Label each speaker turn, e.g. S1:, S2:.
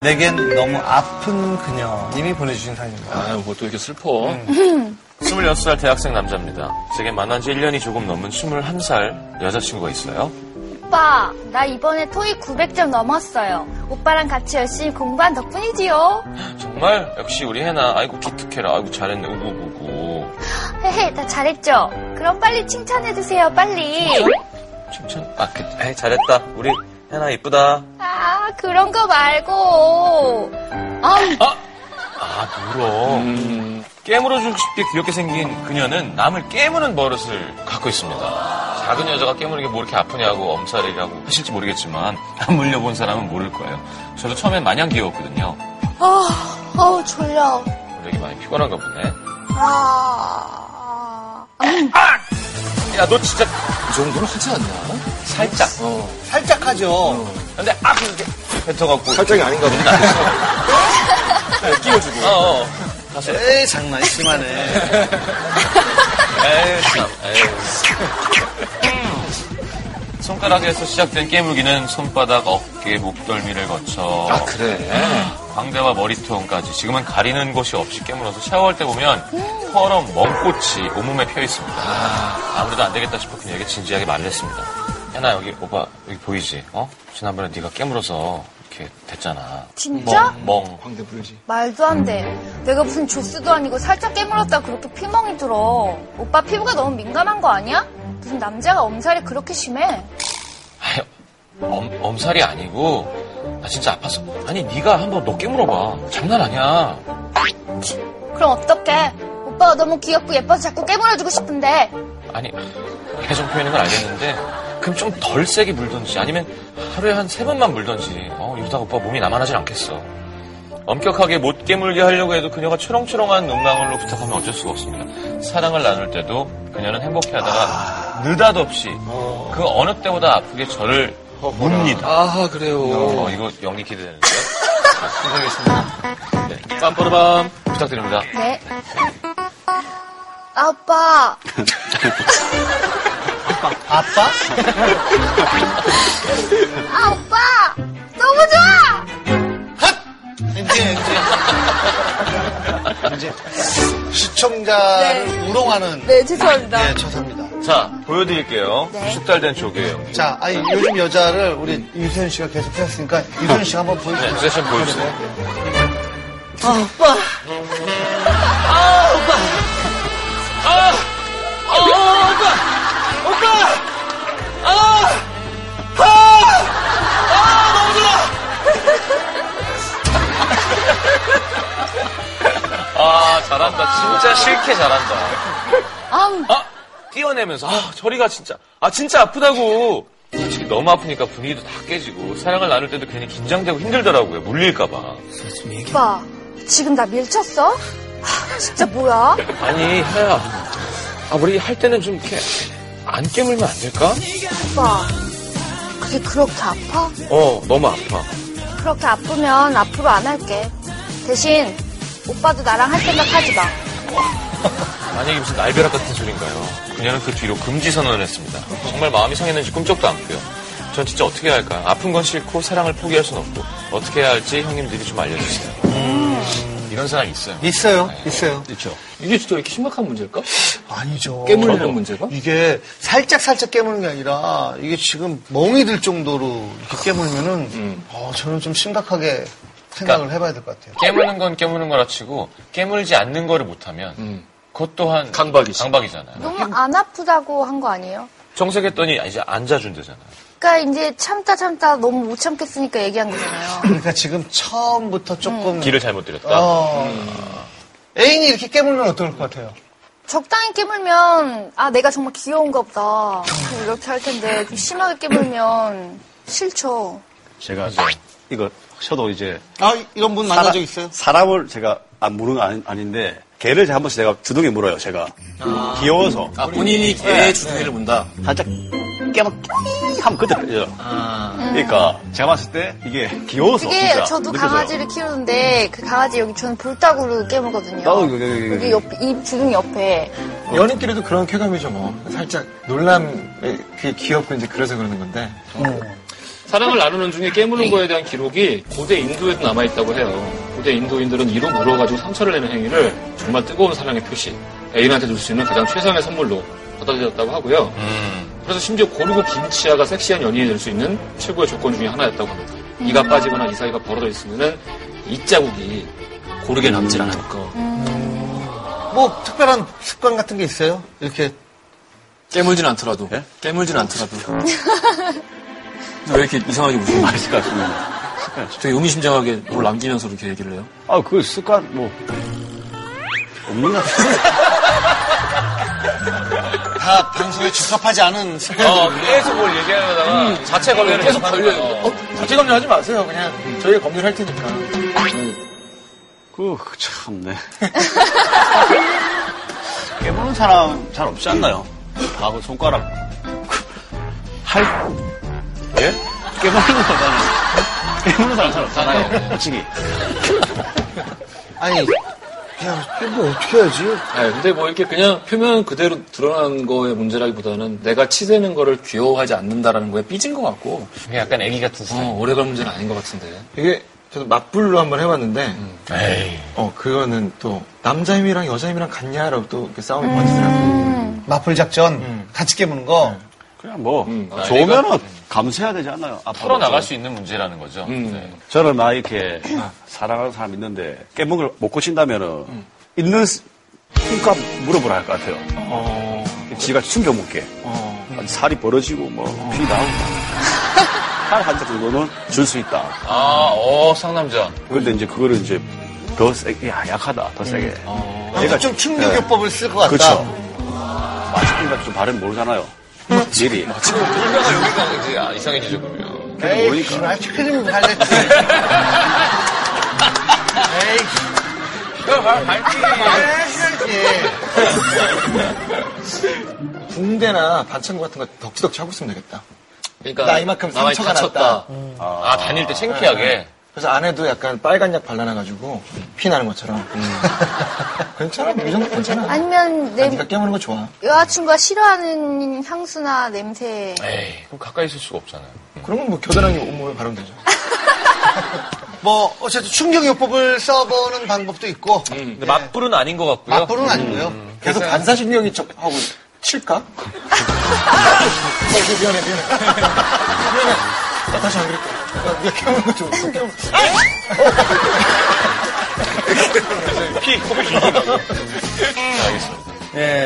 S1: 내겐 너무 아픈 그녀님이 보내주신 사연입니다.
S2: 아유, 뭐 또 이렇게 슬퍼. 26살 대학생 남자입니다. 제게 만난 지 1년이 조금 넘은 21살 여자친구가 있어요.
S3: 오빠, 나 이번에 토익 900점 넘었어요. 오빠랑 같이 열심히 공부한 덕분이지요.
S2: 정말? 역시 우리 혜나. 아이고, 기특해라. 아이고, 잘했네. 우구구구.
S3: 헤헤, 나 잘했죠? 그럼 빨리 칭찬해주세요, 빨리.
S2: 칭찬. 아, 그, 에이, 잘했다. 우리 혜나 이쁘다.
S3: 아, 그런 거 말고. 아,
S2: 아, 물어. 깨물어주고 싶게 귀엽게 생긴 그녀는 남을 깨무는 버릇을 갖고 있습니다. 작은 여자가 깨무는 게 뭐 이렇게 아프냐고 엄살이라고 하실지 모르겠지만 안 물려본 사람은 모를 거예요. 저도 처음엔 마냥 귀여웠거든요.
S3: 아, 아우, 졸려.
S2: 되게 많이 피곤한가 보네.
S3: 아,
S2: 야, 너 진짜 이 정도는 하지 않나? 살짝.
S1: 살짝 하죠.
S2: 근데 아, 이렇게 뱉어갖고.
S4: 살짝이 아닌가 보다.
S2: 끼워주고. 어, 어.
S1: 에이, 장난 심하네.
S2: 에이, 참. 에이. 손가락에서 시작된 깨물기는 손바닥, 어깨, 목덜미를 거쳐
S4: 아, 그래.
S2: 광대와 머리통까지 지금은 가리는 곳이 없이 깨물어서 샤워할 때 보면 퍼런 멍꽃이 온몸에 펴 있습니다. 아무래도 안 되겠다 싶어 그녀에게 진지하게 말을 했습니다. 혜나 여기 오빠 여기 보이지? 어? 지난번에 네가 깨물어서 이렇게 됐잖아.
S3: 진짜?
S2: 멍. 멍.
S4: 광대 부르지.
S3: 말도 안 돼. 내가 무슨 조스도 아니고 살짝 깨물었다 그렇게 피멍이 들어. 오빠 피부가 너무 민감한 거 아니야? 무슨 남자가 엄살이 그렇게 심해?
S2: 아니, 엄, 엄살이 아니고 나 진짜 아팠어. 아니 네가 한번 너 깨물어봐. 장난 아니야.
S3: 그럼 어떡해? 오빠가 너무 귀엽고 예뻐서 자꾸 깨물어주고 싶은데
S2: 아니 애정 표현인 건 알겠는데 그럼 좀 덜 세게 물던지 아니면 하루에 한 세 번만 물던지 어, 이러다가 오빠 몸이 남아나질 않겠어 엄격하게 못 깨물게 하려고 해도 그녀가 초롱초롱한 눈망울로 부탁하면 어쩔 수가 없습니다 사랑을 나눌 때도 그녀는 행복해하다가 느닷없이 그 어느 때보다 아프게 저를 뭡니다.
S4: 아, 그래요.
S2: 어, 이거 영리 기대되는데요? 죄송했습니다 네, 빰빠르밤 부탁드립니다
S3: 네. 아빠,
S1: 아빠?
S3: 아 오빠, 너무 좋아.
S1: 이제, 이제. 이제 시청자를 우롱하는.
S3: 네 죄송합니다.
S1: 네, 처사입니다.
S2: 자 보여드릴게요
S3: 네.
S2: 10달 된 조개예요
S1: 자, 아니, 요즘 여자를 우리 유소연 씨가 계속 했으니까 유소연 씨가 한번 보여주세요.
S2: 네, 세션 보여주세요.
S1: 아, 오빠.
S2: 아 잘한다 진짜 싫게 잘한다
S3: 아우,
S2: 아! 뛰어내면서, 아, 저리가 진짜. 아, 진짜 아프다고! 솔직히 너무 아프니까 분위기도 다 깨지고, 사랑을 나눌 때도 괜히 긴장되고 힘들더라고요. 물릴까봐.
S3: 오빠, 지금 나 밀쳤어? 하, 진짜 뭐야?
S2: 아니, 혜야. 아, 우리 할 때는 좀 이렇게, 안 깨물면 안 될까?
S3: 오빠, 그게 그렇게 아파?
S2: 어, 너무 아파.
S3: 그렇게 아프면 앞으로 안 할게. 대신 오빠도 나랑 할 생각 하지 마.
S2: 아니, 이게 무슨 날벼락 같은 소린가요? 그녀는 그 뒤로 금지 선언을 했습니다. 정말 마음이 상했는지 꿈쩍도 않고요. 전 진짜 어떻게 해야 할까? 아픈 건 싫고, 사랑을 포기할 순 없고, 어떻게 해야 할지 형님들이 좀 알려주세요. 이런 사람이 있어요.
S1: 있어요, 있어요.
S2: 그렇죠.
S4: 있죠. 이게 진짜 이렇게 심각한 문제일까?
S1: 아니죠.
S4: 깨물리는 문제가?
S1: 이게 살짝 살짝 깨무는 게 아니라 이게 지금 멍이 들 정도로 이렇게 깨물면은
S4: 음.
S1: 어, 저는 좀 심각하게 생각을 해봐야 될 것 같아요.
S2: 깨무는 건 깨무는 거라 치고 깨물지 않는 거를 못하면 그것 또한 음.
S4: 강박이지.
S2: 강박이잖아요.
S3: 너무 안 아프다고 한 거 아니에요?
S2: 정색했더니 이제 앉아준대잖아.
S3: 그러니까 이제 참다 참다 너무 못 참겠으니까 얘기한 거잖아요.
S1: 그러니까 지금 처음부터 조금
S2: 길을 잘못 들였다.
S1: 어, 애인이 이렇게 깨물면 어떨 것 같아요?
S3: 적당히 깨물면 아 내가 정말 귀여운가 보다 이렇게 할 텐데 좀 심하게 깨물면 싫죠.
S5: 제가 이거 저도 이제
S1: 아 이런 분 네. 만난 적 있어요?
S5: 사람을 제가 안 무는 건 아닌- 아닌데 개를 한 번씩 제가 주둥이 물어요. 제가
S1: 아.
S5: 귀여워서
S4: 아, 본인이 개의 주둥이를 문다.
S5: 살짝 깨막 끼 하면 그때 요
S1: 아.
S5: 그러니까 제가 봤을 때 이게 귀여워서
S3: 그게
S5: 진짜
S3: 저도
S5: 느껴져요.
S3: 강아지를 키우는데 그 강아지 여기 저는 볼따구로 깨물거든요.
S5: 나도 이거, 이거, 이거.
S3: 어, 여기 옆, 입 주둥이 옆에
S4: 그렇죠.
S6: 연인끼리도 그런
S1: 그
S6: 쾌감이죠 뭐 살짝 놀람 그게 귀엽고 이제 그래서 그러는 건데
S4: 사랑을 나누는 중에 깨무는 거에 대한 기록이 고대 인도에도 남아있다고 해요. 고대 인도인들은 이로 물어가지고 상처를 내는 행위를 정말 뜨거운 사랑의 표시, 애인한테 줄 수 있는 가장 최상의 선물로 받아들였다고 하고요.
S2: 음.
S4: 그래서 심지어 고르고 김치아가 섹시한 연인이 될 수 있는 최고의 조건 중에 하나였다고 합니다. 이가 빠지거나 이 사이가 벌어져 있으면은 이 자국이 고르게 남질 어. 않을 거.
S1: 뭐 특별한 습관 같은 게 있어요? 이렇게
S4: 깨물진 않더라도.
S5: 예?
S4: 깨물진 않더라도. 왜 이렇게 이상하게 무슨 말이
S5: 아실 것 같습니다.
S4: 되게 의미심장하게 뭘 남기면서 이렇게 얘기를 해요?
S5: 아, 그 습관, 뭐. 없는 것 같아요.
S1: 다 방송에 적합하지 않은 습관.
S2: 어, 계속 뭘 얘기하려다가
S4: 음,
S2: 자체 검열을
S4: 계속
S2: 하는
S4: 걸려요.
S2: 거예요.
S4: 어, 자체 검열하지 마세요. 그냥 저희가 검열할 테니까.
S5: 그, 참네. 깨보는 사람 잘 없지 않나요? 하고 손가락. 할, 예? 깨보는 거잖아요. 깨보는 사람 잘 없잖아요. 솔직히.
S1: 아니, 야, 뭐 어떻게 해야지?
S4: 네, 근데 뭐 이렇게 그냥 표면 그대로 드러난 거의 문제라기보다는 내가 치대는 거를 귀여워하지 않는다라는 거에 삐진 것 같고
S2: 그게 약간 애기 같은
S4: 어,
S2: 스타일.
S4: 오래갈 문제는 아닌 것 같은데
S6: 이게 저도 맞불로 한번 해봤는데
S2: 에이.
S6: 어 그거는 또 남자 힘이랑 여자 힘이랑 같냐라고 또 이렇게 싸움이 벌어지더라고요.
S1: 마플 작전
S4: 음.
S1: 같이 깨무는 거.
S5: 그냥 뭐,
S4: 아,
S5: 좋으면은 감수해야 되지 않나요? 앞으로.
S2: 풀어나갈 수 있는 문제라는 거죠.
S4: 음.
S2: 네.
S5: 저는 막 이렇게 사랑하는 사람 있는데 깨먹을 못 고친다면은 있는 스- 힘값 물어보라 할 것 같아요. 지가 숨겨 먹게. 살이 벌어지고 뭐 피 나오고. 살 한 자 정도는 줄 수 있다.
S2: 아, 어, 상남자.
S5: 그런데 이제 그거를 이제 더 세게 야, 약하다. 더 세게.
S1: 얘가 좀 충격요법을 쓸 것 같다.
S5: 그렇죠. 마취기가 좀 발음 모르잖아요. 일이.
S2: 불가가 여기가 이제 아, 이상해지죠, 그러면.
S1: 에이,
S5: 모르니까.
S1: 무슨 아이스크림 발레트. 에이,
S2: 그럼 밝히.
S1: 해야지.
S6: 붕대나 반창고 같은 거 덕지덕지 하고 있으면 되겠다.
S4: 그러니까
S6: 나 이만큼
S4: 나만이
S6: 상처가
S4: 다쳤다.
S6: 났다.
S2: 아, 다닐 때
S4: 네.
S2: 창피하게.
S6: 그래서 안에도 약간 빨간 약 발라놔가지고 피 나는 것처럼. 괜찮아, 뭐 이 정도 괜찮아.
S3: 아니면 그
S6: 아,
S3: 내
S6: 네가 깨무는 거 좋아.
S3: 여자친구가 싫어하는 향수나 냄새.
S2: 에이, 그럼 가까이 있을 수가 없잖아요.
S4: 음.
S6: 그러면 뭐 겨드랑이 온몸에 바르면 되죠.
S1: 뭐 어쨌든 충격요법을 써보는 방법도 있고
S2: 음. 근데 음. 맞불은 아닌 것 같고요.
S1: 맞불은 아니고요.
S6: 계속 반사신경이 저- 하고 칠까? 어, 이거 미안해, 미안해. 미안해. 나 다시 안 그럴게. 나 네가 깨무는 거 좋아. 깨무는 거.
S2: 피, 코피. 알겠습니다.
S1: 예.